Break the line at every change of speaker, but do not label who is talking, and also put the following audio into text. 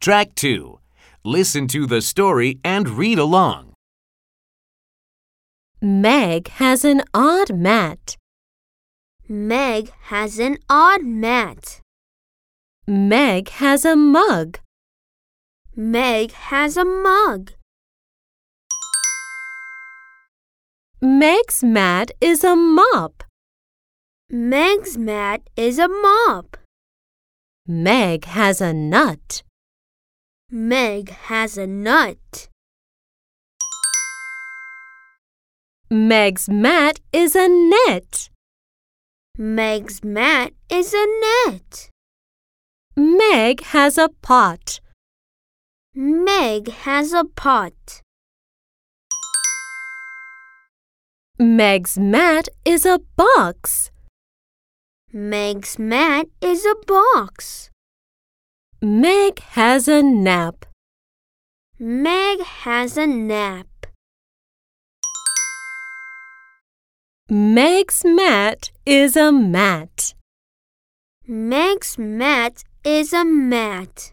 Track 2. Listen to the story and read along.
Meg has an odd mat.
Meg has an odd mat.
Meg has a mug.
Meg has a mug.
Meg's mat is a mop.
Meg's mat is a mop.
Meg has a nut.
Meg has a nut.
Meg's mat is a net.
Meg's mat is a net.
Meg has a pot.
Meg has a pot.
Meg's mat is a box.
Meg's mat is a box.
Meg has a nap.
Meg has a nap.
Meg's mat is a mat.
Meg's mat is a mat.